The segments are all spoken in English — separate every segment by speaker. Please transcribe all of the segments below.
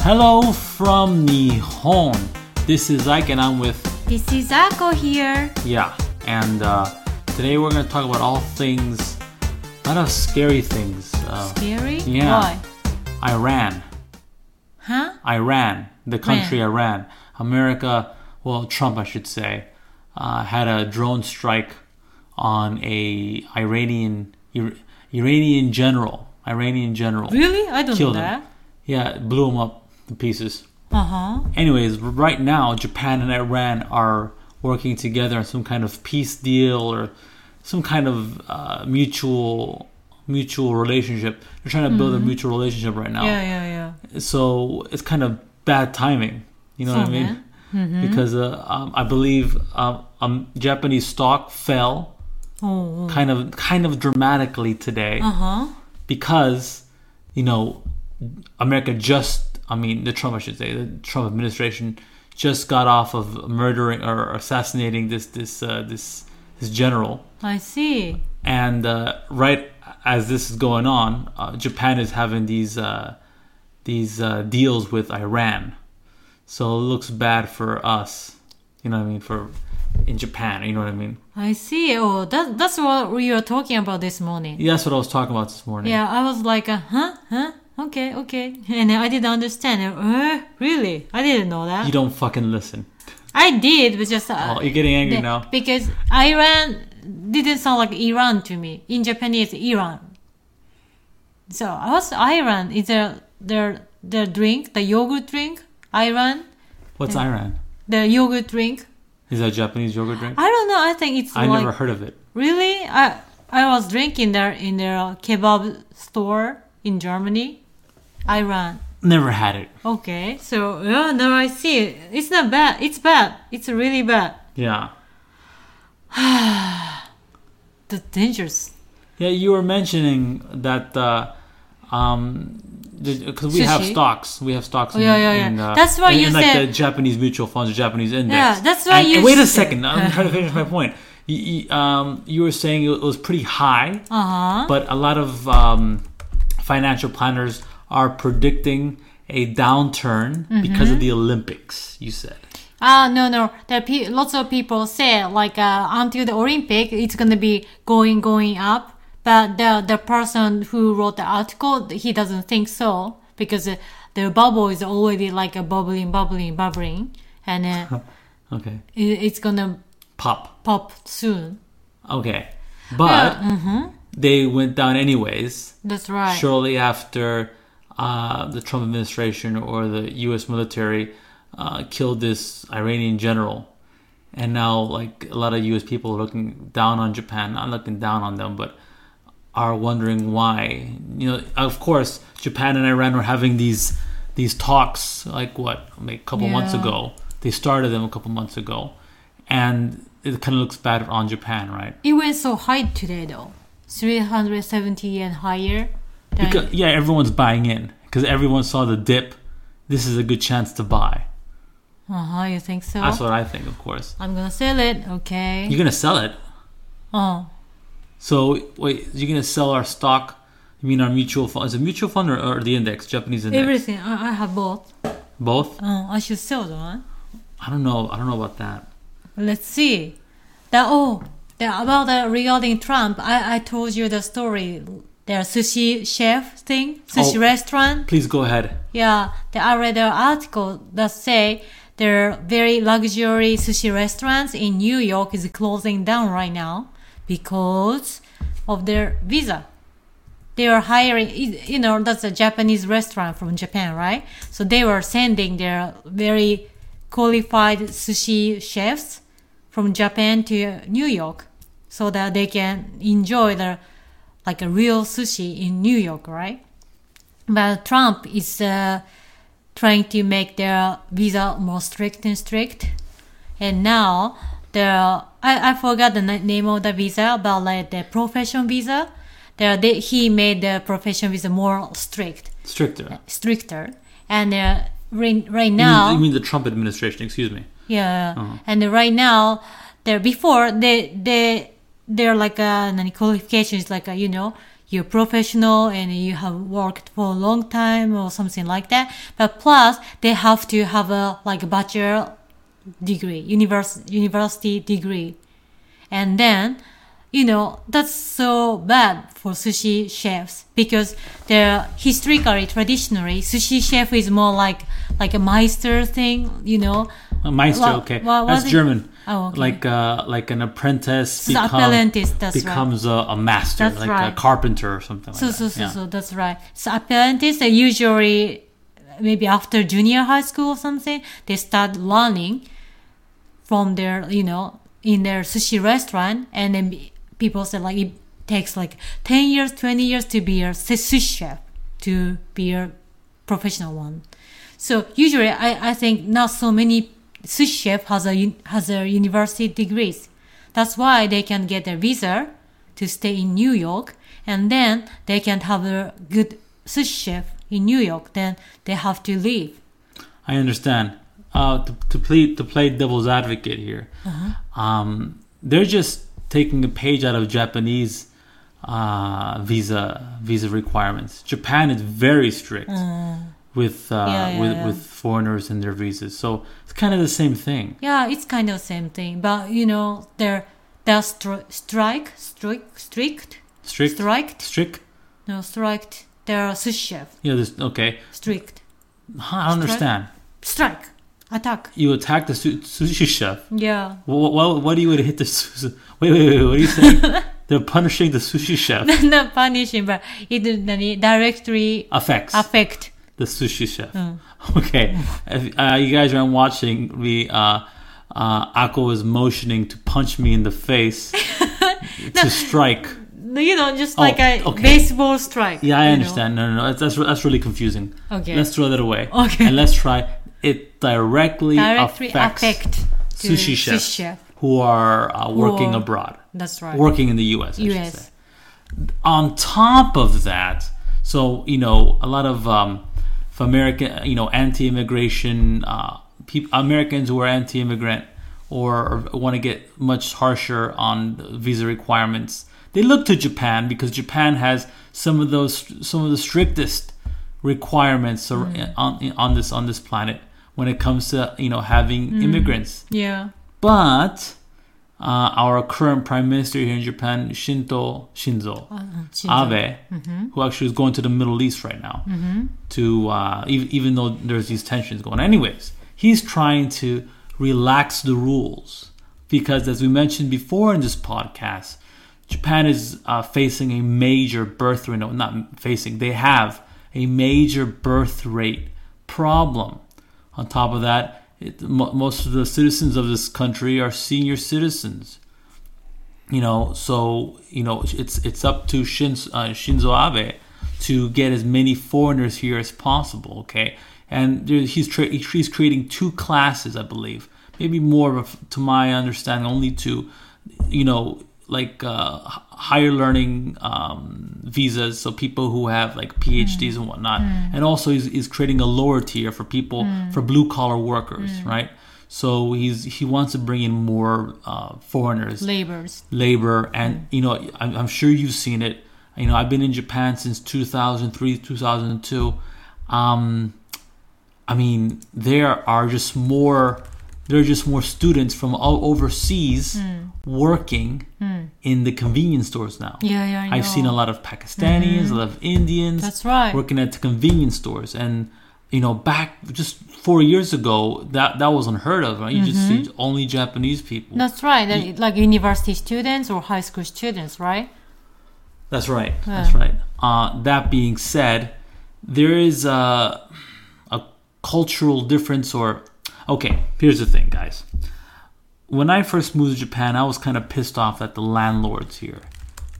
Speaker 1: Hello from Nihon. This is Ike and I'm with
Speaker 2: This is Ako here.
Speaker 1: Yeah. And uh, today we're going to talk about all things, a lot of scary things. Uh,
Speaker 2: Scary?
Speaker 1: yeah.
Speaker 2: Why?
Speaker 1: Iran.
Speaker 2: Huh?
Speaker 1: Iran. The country Iran. America, well, Trump, I should say, uh, had a drone strike on a Iranian Ir- Iranian general. Iranian general.
Speaker 2: Really? I don't
Speaker 1: Killed
Speaker 2: know that.
Speaker 1: him. Yeah, it blew him up to pieces.
Speaker 2: Uh huh.
Speaker 1: Anyways, right now Japan and Iran are working together on some kind of peace deal or some kind of uh, mutual mutual relationship. They're trying to build a mutual relationship right now.
Speaker 2: Yeah, yeah, yeah.
Speaker 1: So it's kind of bad timing. You know what I
Speaker 2: So,
Speaker 1: mean? Because uh, um, I believe um, um, Japanese stock fell
Speaker 2: Oh,
Speaker 1: kind of kind of dramatically today
Speaker 2: uh huh.
Speaker 1: because you know America just I mean the Trump I should say the Trump administration just got off of murdering or assassinating this this uh, this this general
Speaker 2: I see.
Speaker 1: and uh, right as this is going on uh, Japan is having these uh, these uh, deals with Iran so it looks bad for us you know what I mean for in Japan you know what I mean
Speaker 2: I see. Oh, that, that's what we were talking about this morning.
Speaker 1: yeah, that's what I was talking about this morning
Speaker 2: Yeah, I was like, uh, huh? Huh? Okay, okay. And I didn't understand. Uh, really? I didn't know that.
Speaker 1: you don't fucking listen
Speaker 2: I did, but just. Uh,
Speaker 1: oh you're getting angry
Speaker 2: the-
Speaker 1: now
Speaker 2: Because Iran didn't sound like Iran to me. In Japanese, Iran. So I was Iran. Is there their their drink, the yogurt drink? Iran,
Speaker 1: what's Iran
Speaker 2: the yogurt drink.
Speaker 1: Is that a Japanese yogurt drink?
Speaker 2: I don't know. I think it's
Speaker 1: I
Speaker 2: like
Speaker 1: never heard of it.
Speaker 2: really. I I was drinking there in their kebab store in Germany. Iran.
Speaker 1: Never had it.
Speaker 2: Okay, so yeah, now I see it. It's not bad. It's bad. It's really bad.
Speaker 1: Yeah.
Speaker 2: The dangerous.
Speaker 1: Yeah, you were mentioning that uh, um because we have
Speaker 2: Sushi? Oh,
Speaker 1: stocks, we have stocks.
Speaker 2: yeah, yeah, yeah. That's why
Speaker 1: in,
Speaker 2: you
Speaker 1: in, like
Speaker 2: said-
Speaker 1: the Japanese mutual funds, the Japanese index.
Speaker 2: Yeah, that's why
Speaker 1: And-
Speaker 2: you
Speaker 1: and wait a
Speaker 2: said-
Speaker 1: second. I'm trying to finish my point. You, you, um, you were saying it was pretty high,
Speaker 2: Uh huh.
Speaker 1: but a lot of um, financial planners are predicting a downturn because
Speaker 2: Mm-hmm.
Speaker 1: of the Olympics. You said.
Speaker 2: Ah, no, no. There are pe- lots of people say like uh, until the Olympic, it's gonna be going, going up. But the the person who wrote the article, he doesn't think so because uh, the bubble is already like a bubbling, bubbling, bubbling, and uh,
Speaker 1: Okay.
Speaker 2: it, it's gonna
Speaker 1: Pop.
Speaker 2: pop soon.
Speaker 1: Okay. But they went down anyways,
Speaker 2: That's mm-hmm. right.
Speaker 1: shortly after uh, the Trump administration or the U.S. military uh, killed this Iranian general. And now, like, a lot of U.S. people are looking down on Japan, not looking down on them, but are wondering why. You know, of course, Japan and Iran were having these these talks like what like a couple months
Speaker 2: Yeah.
Speaker 1: ago. They started them a couple months ago, and it kind of looks bad on Japan, right?
Speaker 2: It went so high today though, three hundred seventy yen higher. Than,
Speaker 1: Because, yeah, everyone's buying in because everyone saw the dip. This is a good chance to buy.
Speaker 2: uh huh. You think so?
Speaker 1: That's what I think, of course.
Speaker 2: I'm gonna sell it. Okay.
Speaker 1: You're gonna sell it.
Speaker 2: oh.
Speaker 1: So wait, you're gonna sell our stock? You mean our mutual fund? Is it mutual fund or, or the index? Japanese index?
Speaker 2: Everything I, I have bought.
Speaker 1: Both?
Speaker 2: Oh, I should sell the one.
Speaker 1: I don't know. I don't know about that.
Speaker 2: Let's see. That oh, that about the regarding Trump. I I told you the story. The sushi chef thing, sushi
Speaker 1: Oh.
Speaker 2: restaurant.
Speaker 1: Please go ahead.
Speaker 2: Yeah, the, I read an article that say their very luxury sushi restaurants in New York is closing down right now because of their visa. They are hiring, you know, that's a Japanese restaurant from Japan, right? So they were sending their very qualified sushi chefs from Japan to New York so that they can enjoy the like a real sushi in New York, right? But Trump is uh, trying to make their visa more strict and strict. And now the I, I forgot the na- name of the visa, but like the profession visa, there they, he made the profession visa more strict,
Speaker 1: Stricter.
Speaker 2: stricter. And uh, right, right
Speaker 1: You
Speaker 2: now,
Speaker 1: mean, you mean the Trump administration? Excuse me.
Speaker 2: yeah. And right now, they're before they they they're like a an qualification is like a you know you're professional and you have worked for a long time or something like that. But plus, they have to have a like a bachelor degree, univers- university degree, and then you know that's so bad for sushi chefs because they're historically traditionally sushi chef is more like like a meister thing you know
Speaker 1: Uh, Meister,
Speaker 2: Well,
Speaker 1: okay,
Speaker 2: well, was
Speaker 1: that's
Speaker 2: it-
Speaker 1: German.
Speaker 2: Oh, okay.
Speaker 1: Like uh, like an apprentice
Speaker 2: So the apprentice, that's right.
Speaker 1: becomes a, a master,
Speaker 2: That's
Speaker 1: like a
Speaker 2: right.
Speaker 1: carpenter or something
Speaker 2: so
Speaker 1: like
Speaker 2: so
Speaker 1: that.
Speaker 2: so
Speaker 1: yeah.
Speaker 2: so that's right so apprentices are usually maybe after junior high school or something they start learning from their you know in their sushi restaurant and then be- people say like it takes like 10 years 20 years to be a s- sushi chef to be a professional one so usually i, I think not so many sushi chef has a un- has a university degrees that's why they can get a visa to stay in new york and then they can have a good sushi chef in new york then they have to leave
Speaker 1: I understand. Uh, to, to play to play devil's advocate here,
Speaker 2: Uh-huh.
Speaker 1: um, they're just taking a page out of Japanese uh, visa visa requirements. Japan is very strict with uh,
Speaker 2: Mm. Yeah, yeah,
Speaker 1: with
Speaker 2: yeah.
Speaker 1: with foreigners and their visas, so it's kind of the same thing.
Speaker 2: Yeah, it's kind of same thing, but you know, they're they're stri- strike, strike, strict,
Speaker 1: Strict,
Speaker 2: striked,
Speaker 1: strict.
Speaker 2: no, striked. They're sushi chef,
Speaker 1: Yeah, this okay.
Speaker 2: strict,
Speaker 1: Huh, I understand.
Speaker 2: strike, attack.
Speaker 1: You attack the su- sushi chef.
Speaker 2: Yeah,
Speaker 1: Well, well, what do you would hit the sushi? Wait, wait, wait. What are you saying? They're punishing the sushi chef.
Speaker 2: not punishing, but it nani, directly
Speaker 1: Affects.
Speaker 2: affect.
Speaker 1: the sushi chef.
Speaker 2: Hmm.
Speaker 1: Okay, if, uh, you guys aren't watching. We uh, uh, Akko is motioning to punch me in the face to strike.
Speaker 2: You know, just like a
Speaker 1: Oh, okay.
Speaker 2: baseball strike.
Speaker 1: Yeah, I
Speaker 2: you know.
Speaker 1: understand. No, no, no. That's that's, re- that's really confusing.
Speaker 2: Okay.
Speaker 1: let's throw that away.
Speaker 2: Okay.
Speaker 1: and let's try it directly,
Speaker 2: Directly
Speaker 1: affects
Speaker 2: affect to
Speaker 1: sushi chefs
Speaker 2: Sushi chef.
Speaker 1: who are uh, working
Speaker 2: are-
Speaker 1: abroad,
Speaker 2: That's right.
Speaker 1: working in the U.S. I should say.
Speaker 2: U.S.
Speaker 1: on top of that, so you know, a lot of um, if American, you know, anti-immigration uh, peop Americans who are anti-immigrant or, or want to get much harsher on visa requirements, they look to Japan because Japan has some of those some of the strictest requirements ar- on on this on this planet when it comes to you know having immigrants.
Speaker 2: Yeah.
Speaker 1: But uh, our current prime minister here in Japan, Shinto Shinzo.
Speaker 2: Uh,
Speaker 1: Abe, who actually is going to the Middle East right now, to uh, even, even though there's these tensions going. Anyways, he's trying to relax the rules because, as we mentioned before in this podcast, Japan is uh, facing a major birth rate. No, not facing. They have a major birth rate problem. On top of that, it, mo most of the citizens of this country are senior citizens you know so you know it's it's up to Shinzo, uh, Shinzo Abe to get as many foreigners here as possible okay and there, he's tra- he's creating two classes I believe maybe more of to my understanding only two you know like uh, h- higher learning um, visas so people who have like PhDs and whatnot and also he's, he's creating a lower tier for people for blue collar workers right so he's he wants to bring in more uh, foreigners
Speaker 2: Labors.
Speaker 1: labor and you know I'm, I'm sure you've seen it you know i've been in japan since 2003 2002 um i mean there are just more there are just more students from all overseas
Speaker 2: Hmm.
Speaker 1: working in the convenience stores now
Speaker 2: Yeah, yeah. I
Speaker 1: i've seen a
Speaker 2: know. Mm-hmm.
Speaker 1: lot of pakistanis a lot of indians
Speaker 2: That's right.
Speaker 1: working at the convenience stores and you know back just four years ago that that was unheard of right you just
Speaker 2: Mm-hmm.
Speaker 1: see only japanese people
Speaker 2: That's right. Like- Like university students or high school students, right?
Speaker 1: That's right. That's right. Uh, that being said, there is a, a cultural difference, or okay, here's the thing, guys. When I first moved to Japan, I was kind of pissed off at the landlords here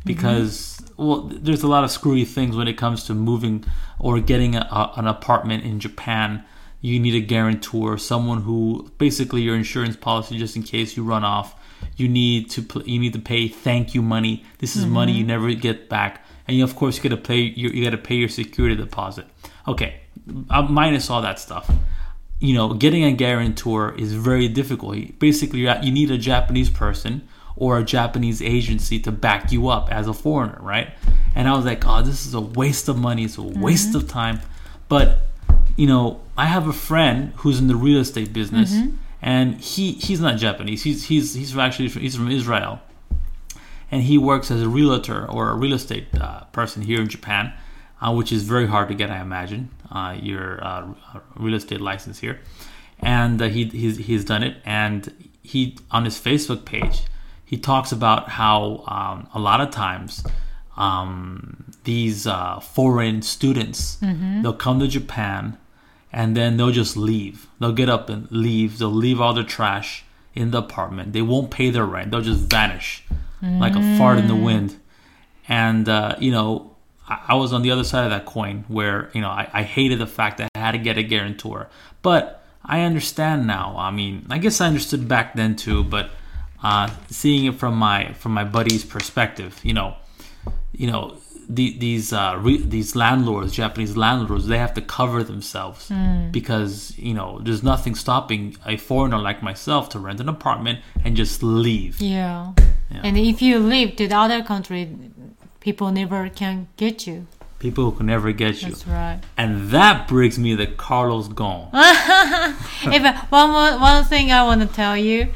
Speaker 1: because, well, there's a lot of screwy things when it comes to moving or getting a, a, an apartment in Japan. You need a guarantor, someone who basically your insurance policy just in case you run off. You need to pl- you need to pay thank you money. This is money you never get back, and you, of course you gotta pay you, you gotta pay your security deposit. Okay, uh, minus all that stuff you know, getting a guarantor is very difficult. You- Basically, you're at- you need a Japanese person or a Japanese agency to back you up as a foreigner, right? And I was like, oh, this is a waste of money. It's a waste of time. But you know, I have a friend who's in the real estate business, and he he's not Japanese. He's he's he's from actually he's from Israel, and he works as a realtor or a real estate uh, person here in Japan, uh, which is very hard to get, I imagine, uh, your uh, real estate license here. And uh, he he's, he's done it, and he on his Facebook page, he talks about how um, a lot of times um, these uh, foreign students they'll come to Japan and then they'll just leave. They'll get up and leave. They'll leave all their trash in the apartment. They won't pay their rent. They'll just vanish like a fart in the wind. And uh, you know, I, I was on the other side of that coin where you know I, I hated the fact that I had to get a guarantor, but I understand now. I mean, I guess I understood back then too, but uh, seeing it from my from my buddy's perspective, you know, you know the, these uh, re, these landlords, Japanese landlords, they have to cover themselves
Speaker 2: Hmm.
Speaker 1: because you know there's nothing stopping a foreigner like myself to rent an apartment and just leave.
Speaker 2: Yeah.
Speaker 1: Yeah.
Speaker 2: And if you leave to the other country, people never can get you.
Speaker 1: People who can never get you.
Speaker 2: That's right.
Speaker 1: And that brings me to Carlos Gon.
Speaker 2: if one more, one thing I want to tell you,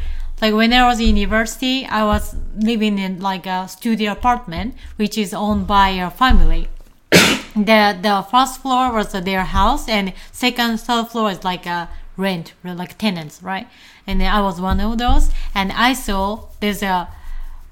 Speaker 2: like when I was in university, I was living in like a studio apartment which is owned by a family. the the first floor was their house and second third floor is like a rent like tenants right and then i was one of those and i saw there's a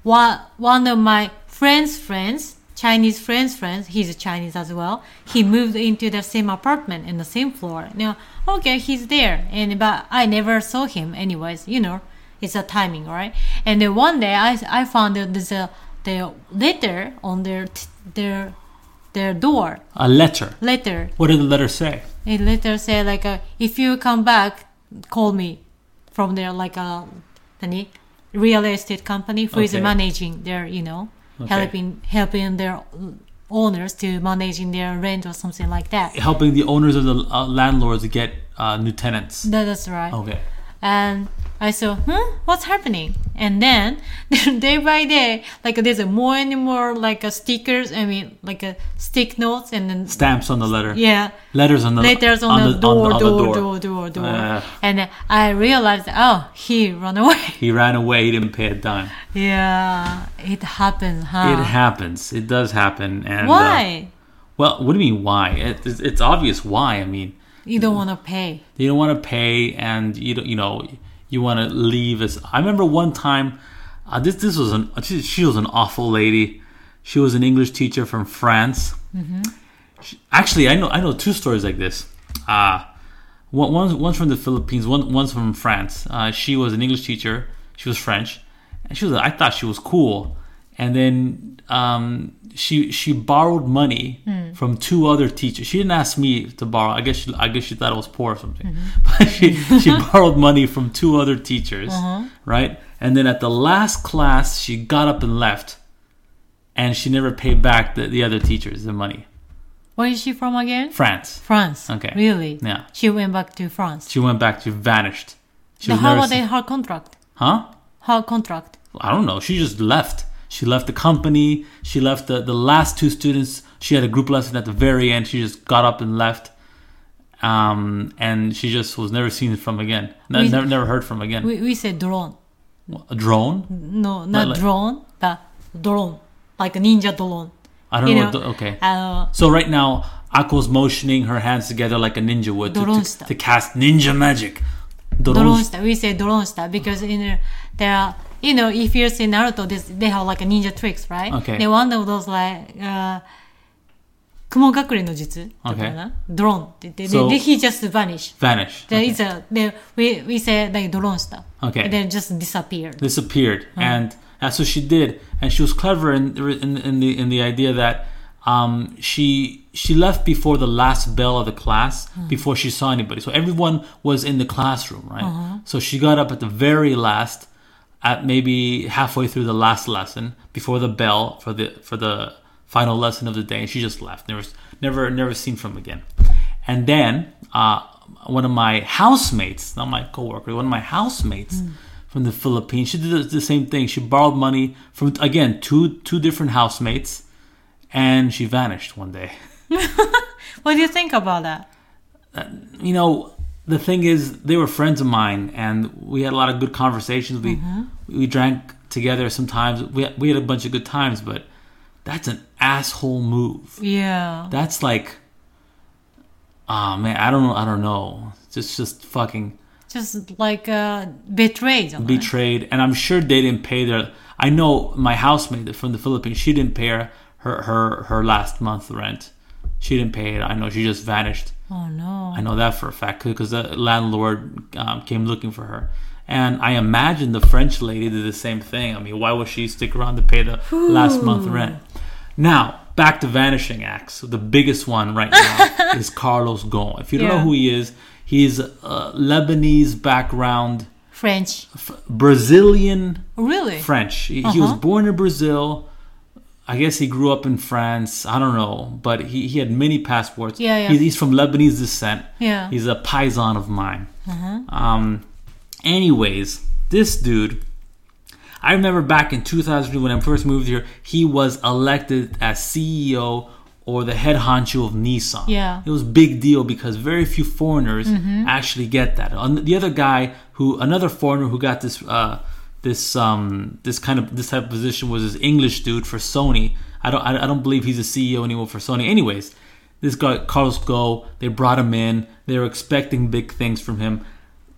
Speaker 2: one one of my friends friends chinese friends friends he's a chinese as well he moved into the same apartment in the same floor now okay he's there and but i never saw him anyways you know it's a timing right and then one day i i found that there's a their letter on their t- their their door
Speaker 1: A letter.
Speaker 2: letter
Speaker 1: What did the letter say?
Speaker 2: it later said like uh, if you come back call me from there like a any real estate company who is
Speaker 1: Okay.
Speaker 2: managing their you know
Speaker 1: Okay.
Speaker 2: helping helping their owners to managing their rent or something like that
Speaker 1: Helping the owners of the uh, landlords get uh, new tenants.
Speaker 2: That- that's right
Speaker 1: Okay.
Speaker 2: and I saw, hmm, what's happening? And then day by day, like there's a more and more like a stickers. I mean, like a stick notes, and then
Speaker 1: Stamps on the letter.
Speaker 2: yeah,
Speaker 1: Letters on the
Speaker 2: letters on, the, door,
Speaker 1: on the
Speaker 2: door, door, door, door,
Speaker 1: Ah.
Speaker 2: and I realized, oh, he ran away.
Speaker 1: He ran away. He didn't pay a dime.
Speaker 2: yeah, it happens, huh?
Speaker 1: It happens. It does happen. And uh,
Speaker 2: Ah. Why?
Speaker 1: well, what do you mean why? It, it's, it's obvious why. I mean,
Speaker 2: you don't want to pay.
Speaker 1: you don't want to pay and you don't, you know you want to leave as i remember one time uh, this this was an she, she was an awful lady she was an english teacher from france She- actually i know i know two stories like this uh one one's, one's from the philippines one one's from france uh, she was an english teacher she was french and she was i thought she was cool and then um, she she borrowed money
Speaker 2: Hmm.
Speaker 1: from two other teachers. She didn't ask me to borrow. I guess she, I guess she thought I was poor or something.
Speaker 2: Mm-hmm.
Speaker 1: But she she borrowed money from two other teachers,
Speaker 2: Uh-huh.
Speaker 1: right? And then at the last class, she got up and left, and she never paid back the, the other teachers the money.
Speaker 2: Where is she from again?
Speaker 1: France.
Speaker 2: France.
Speaker 1: Okay.
Speaker 2: Really?
Speaker 1: Yeah.
Speaker 2: She went back to France.
Speaker 1: She went back. She vanished. She
Speaker 2: Now,
Speaker 1: was
Speaker 2: how
Speaker 1: never
Speaker 2: was
Speaker 1: seen-
Speaker 2: it her contract?
Speaker 1: Huh?
Speaker 2: Her contract.
Speaker 1: I don't know. She just left. She left the company. She left the, the last two students. She had a group lesson at the very end. She just got up and left. Um, and she just was never seen from again. Ne-
Speaker 2: We-
Speaker 1: never, never heard from again.
Speaker 2: We, we say drone.
Speaker 1: a drone?
Speaker 2: No, not
Speaker 1: like-
Speaker 2: drone, but drone. Like a ninja drone.
Speaker 1: I don't
Speaker 2: you
Speaker 1: know. what
Speaker 2: know,
Speaker 1: Oh, the, okay.
Speaker 2: Uh,
Speaker 1: So right now, Ako's motioning her hands together like a ninja would to,
Speaker 2: Drone
Speaker 1: to,
Speaker 2: style.
Speaker 1: to cast ninja magic.
Speaker 2: drone
Speaker 1: Drone.
Speaker 2: star. We say drone star because in uh, there, are, you know, if you see Naruto, this, they have like a ninja tricks, right?
Speaker 1: Okay.
Speaker 2: They one of those like. Uh, 雲隠れの術だったかな drone って言って、
Speaker 1: So-
Speaker 2: they, he just vanish.
Speaker 1: Vanish.
Speaker 2: There
Speaker 1: Okay.
Speaker 2: is a, they, we, we say like drone star.
Speaker 1: Okay.
Speaker 2: They just disappear.
Speaker 1: disappeared, and that's what she did. And she was clever in in, in the in the idea that um, she she left before the last bell of the class before she saw anybody. So everyone was in the classroom, right? So she got up at the very last, at maybe halfway through the last lesson before the bell for the for the final lesson of the day, and she just left. Never never never seen from again. And then uh, one of my housemates, not my coworker, one of my housemates from the Philippines. She did the, the same thing. She borrowed money from again two two different housemates, and she vanished one day.
Speaker 2: What do you think about that?
Speaker 1: you know the thing is they were friends of mine and we had a lot of good conversations we we drank together sometimes we, we had a bunch of good times but that's an asshole move
Speaker 2: Yeah.
Speaker 1: that's like ah man i don't know i don't know just just fucking
Speaker 2: Just like uh, betrayed. someone.
Speaker 1: betrayed and i'm sure they didn't pay their i know my housemate from the philippines she didn't pay her her her, her last month rent she didn't pay it i know she just vanished
Speaker 2: oh no.
Speaker 1: I know that for a fact because the landlord um, came looking for her. And I imagine the French lady did the same thing. I mean, why would she stick around to pay the last month rent? Now, back to vanishing acts. The biggest one right now is Carlos Ghosn. If you don't know
Speaker 2: Yeah.
Speaker 1: who he is, he's a Lebanese background,
Speaker 2: French.
Speaker 1: f- Brazilian
Speaker 2: Really?
Speaker 1: French. He, he
Speaker 2: Uh-huh.
Speaker 1: was born in Brazil. I guess he grew up in France. I don't know, but he, he had many passports.
Speaker 2: Yeah, yeah.
Speaker 1: He's, he's from Lebanese descent.
Speaker 2: Yeah. Uh-huh.
Speaker 1: He's a paisan of mine. Um, anyways, this dude, I remember back in 2002 when I first moved here, he was elected as CEO or the head honcho of Nissan.
Speaker 2: Yeah.
Speaker 1: It was big deal because very few foreigners actually get that. On the other guy who another foreigner who got this uh, this um, this kind of this type of position was this English dude for Sony. I don't I, I don't believe he's a CEO anymore for Sony. Anyways, this guy Carlos Go, they brought him in. They were expecting big things from him.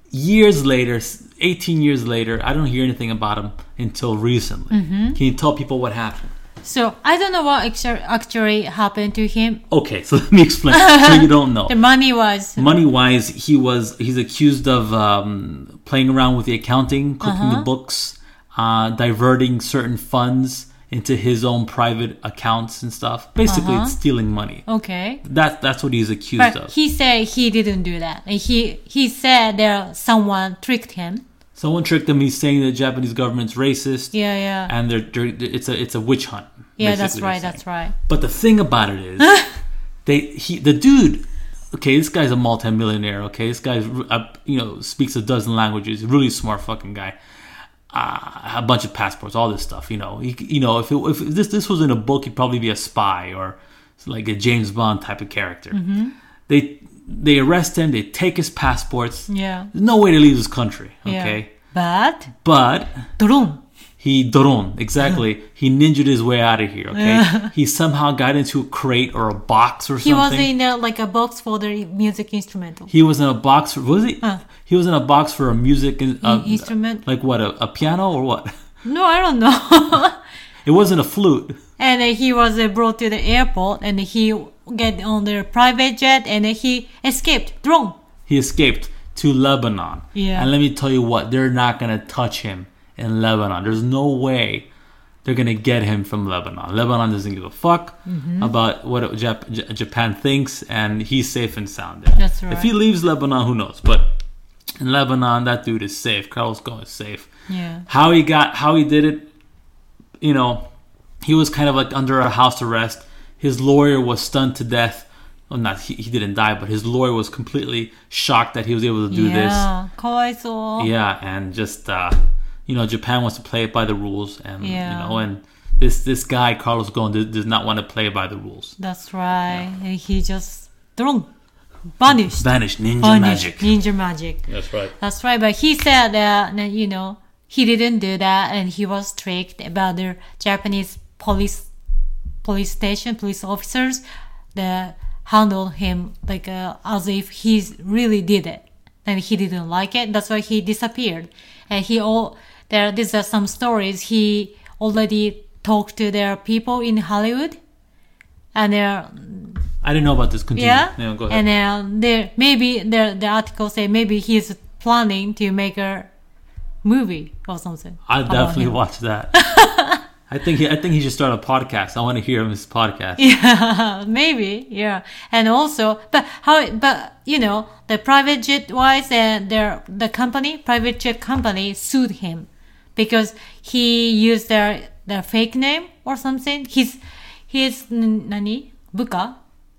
Speaker 1: Years later, 18 years later, I don't hear anything about him until recently. Can you tell people what happened?
Speaker 2: So I don't know what actu- actually happened to him.
Speaker 1: Okay, so let me explain. so you don't know.
Speaker 2: The money was.
Speaker 1: money wise he was he's accused of um, playing around with the accounting cooking
Speaker 2: Uh-huh.
Speaker 1: the books uh, diverting certain funds into his own private accounts and stuff basically
Speaker 2: Uh-huh.
Speaker 1: it's stealing money
Speaker 2: Okay.
Speaker 1: that, that's what he's accused
Speaker 2: But
Speaker 1: of
Speaker 2: he said he didn't do that. And he he said there someone tricked him.
Speaker 1: someone tricked him he's saying the japanese government's racist
Speaker 2: Yeah, yeah.
Speaker 1: and they're, they're- it's a it's a witch hunt
Speaker 2: yeah, that's
Speaker 1: basically, they're
Speaker 2: right.
Speaker 1: saying.
Speaker 2: That's right.
Speaker 1: But the thing about it is, they he the dude. Okay, this guy's a multimillionaire. Okay, this guy's uh, you know speaks a dozen languages. Really smart fucking guy. Uh, a bunch of passports, all this stuff. You know, he, you know if it, if this this was in a book, he'd probably be a spy or like a James Bond type of character.
Speaker 2: Mm-hmm.
Speaker 1: They they arrest him. They take his passports.
Speaker 2: Yeah.
Speaker 1: There's no way to leave this country.
Speaker 2: Yeah.
Speaker 1: Okay,
Speaker 2: But
Speaker 1: but
Speaker 2: drone.
Speaker 1: he Doron, exactly. he ninjaed his way out of here, okay? he somehow got into a crate or a box or
Speaker 2: He was
Speaker 1: something.
Speaker 2: in a, like a box for the music instrumental.
Speaker 1: he was in a box for was he?
Speaker 2: Huh.
Speaker 1: He was in a box for a music in- uh,
Speaker 2: instrument.
Speaker 1: like what a, a piano or what?
Speaker 2: No, I don't know.
Speaker 1: It wasn't a flute.
Speaker 2: and uh, he was uh, brought to the airport and he get on their private jet and uh, he escaped drone
Speaker 1: He escaped to Lebanon.
Speaker 2: Yeah.
Speaker 1: And let me tell you what, they're not gonna touch him in Lebanon. There's no way they're gonna get him from Lebanon. Lebanon doesn't give a fuck
Speaker 2: Mm-hmm.
Speaker 1: about what Jap- J- Japan thinks, and he's safe and sound there.
Speaker 2: That's right.
Speaker 1: If he leaves Lebanon, who knows? But in Lebanon, that dude is safe. Carlos Ghosn is safe.
Speaker 2: yeah
Speaker 1: How he got, how he did it, you know, he was kind of like under a house arrest. His lawyer was stunned to death. Well, not he, he didn't die, but his lawyer was completely shocked that he was able to do this.
Speaker 2: yeah kawaiso
Speaker 1: Yeah, and just uh, you know, Japan wants to play it by the rules, and
Speaker 2: Yeah.
Speaker 1: you know, and this this guy Carlos Ghosn does, does not want to play by the rules.
Speaker 2: that's right and he just drone vanished
Speaker 1: Spanish ninja
Speaker 2: Vanished.
Speaker 1: magic.
Speaker 2: ninja magic
Speaker 1: That's right.
Speaker 2: that's right but he said that uh, you know he didn't do that and he was tricked about the japanese police police station police officers that handled him like uh, as if he really did it and he didn't like it that's why he disappeared and he all there these are some stories he already talked to their people in hollywood and they're
Speaker 1: I didn't know about this. Continue.
Speaker 2: yeah,
Speaker 1: go ahead.
Speaker 2: and uh, there maybe the the article say maybe he's planning to make a movie or something
Speaker 1: I
Speaker 2: about
Speaker 1: definitely
Speaker 2: him.
Speaker 1: watch that. I think he, I think he should start a podcast. I want to hear him his podcast.
Speaker 2: Yeah, maybe. Yeah, and also, but how? But you know, the private jet wise and their the company, private jet company, sued him because he used their their fake name or something. His his n- nani buka,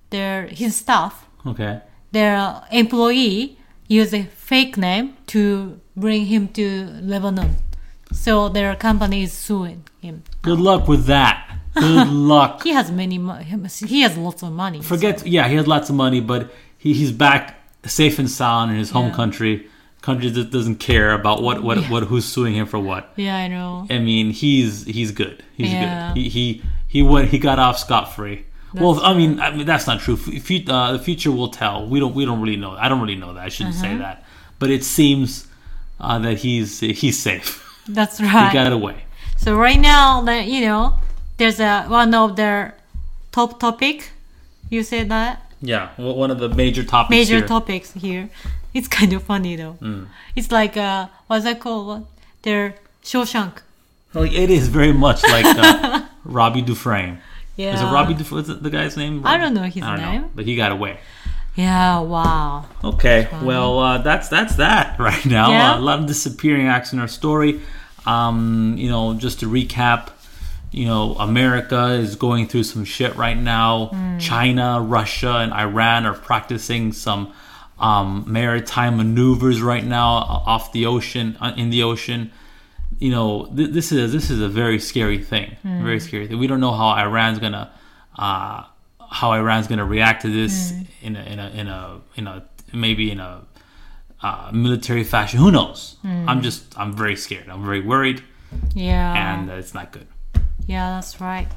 Speaker 2: their his staff,
Speaker 1: Okay.
Speaker 2: their employee use a fake name to bring him to Lebanon. So their company is suing him.
Speaker 1: Good luck with that. Good luck.
Speaker 2: He has many. Mo- he has lots of money.
Speaker 1: Forget. Yeah, he had lots of money, but he, he's back safe and sound in his home
Speaker 2: Yeah.
Speaker 1: country. Country that doesn't care about what what
Speaker 2: Yeah.
Speaker 1: what who's suing him for what.
Speaker 2: Yeah, I know.
Speaker 1: I mean, he's he's good. He's
Speaker 2: Yeah.
Speaker 1: good. He he he went. He got off scot free. Well, I mean, I mean that's not true. F- fut- uh, the future will tell. We don't we don't really know. I don't really know that. I shouldn't
Speaker 2: Uh-huh.
Speaker 1: say that. But it seems uh, that he's he's safe.
Speaker 2: That's
Speaker 1: he
Speaker 2: right.
Speaker 1: got away.
Speaker 2: So right now, like, you know, there's a one of their top topic. You said that
Speaker 1: Yeah, w- one of the major topics.
Speaker 2: major
Speaker 1: here.
Speaker 2: topics here. It's kind of funny though.
Speaker 1: Mm.
Speaker 2: It's like uh, what's that called? What? Their Shawshank.
Speaker 1: Like it is very much like uh, Robbie Dufresne.
Speaker 2: Yeah.
Speaker 1: Is it Robbie Dufresne? Is it the guy's name?
Speaker 2: I don't know his
Speaker 1: I don't know,
Speaker 2: name.
Speaker 1: but he got away.
Speaker 2: Yeah. Wow.
Speaker 1: Okay, well, uh, that's that's that right now.
Speaker 2: Yeah.
Speaker 1: Uh, a lot of disappearing acts in our story. Um, you know, just to recap, you know, America is going through some shit right now.
Speaker 2: Hmm.
Speaker 1: China, Russia, and Iran are practicing some um, maritime maneuvers right now uh, off the ocean, uh, in the ocean. You know, th- this is this is a very scary thing.
Speaker 2: Hmm.
Speaker 1: Very scary thing. We don't know how Iran's gonna. Uh, how Iran's going to react to this
Speaker 2: Hmm.
Speaker 1: in a in a in a in a maybe in a uh, military fashion. Who knows?
Speaker 2: Hmm.
Speaker 1: I'm just I'm very scared. I'm very worried,
Speaker 2: Yeah.
Speaker 1: and uh, it's not good.
Speaker 2: yeah, that's right.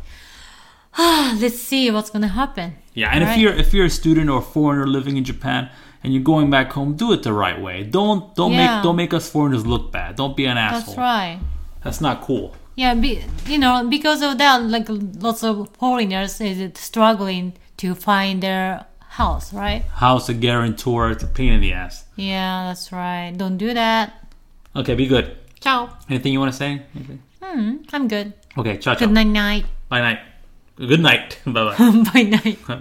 Speaker 2: Let's see what's gonna happen.
Speaker 1: Yeah, and
Speaker 2: Right.
Speaker 1: if you're if you're a student or foreigner living in Japan and you're going back home, do it the right way. Don't don't
Speaker 2: Yeah.
Speaker 1: make don't make us foreigners look bad. Don't be an
Speaker 2: That's
Speaker 1: asshole.
Speaker 2: right.
Speaker 1: That's not cool.
Speaker 2: Yeah, be, you know, because of that, like lots of foreigners is struggling to find their house, right?
Speaker 1: House a guarantor, it's a pain in the ass.
Speaker 2: Yeah, that's right. Don't do that.
Speaker 1: Okay, be good.
Speaker 2: Ciao.
Speaker 1: Anything you want to say? Anything?
Speaker 2: Hmm, I'm good.
Speaker 1: Okay, ciao ciao.
Speaker 2: Good night, night.
Speaker 1: Bye night. Good night. Bye bye.
Speaker 2: Bye night.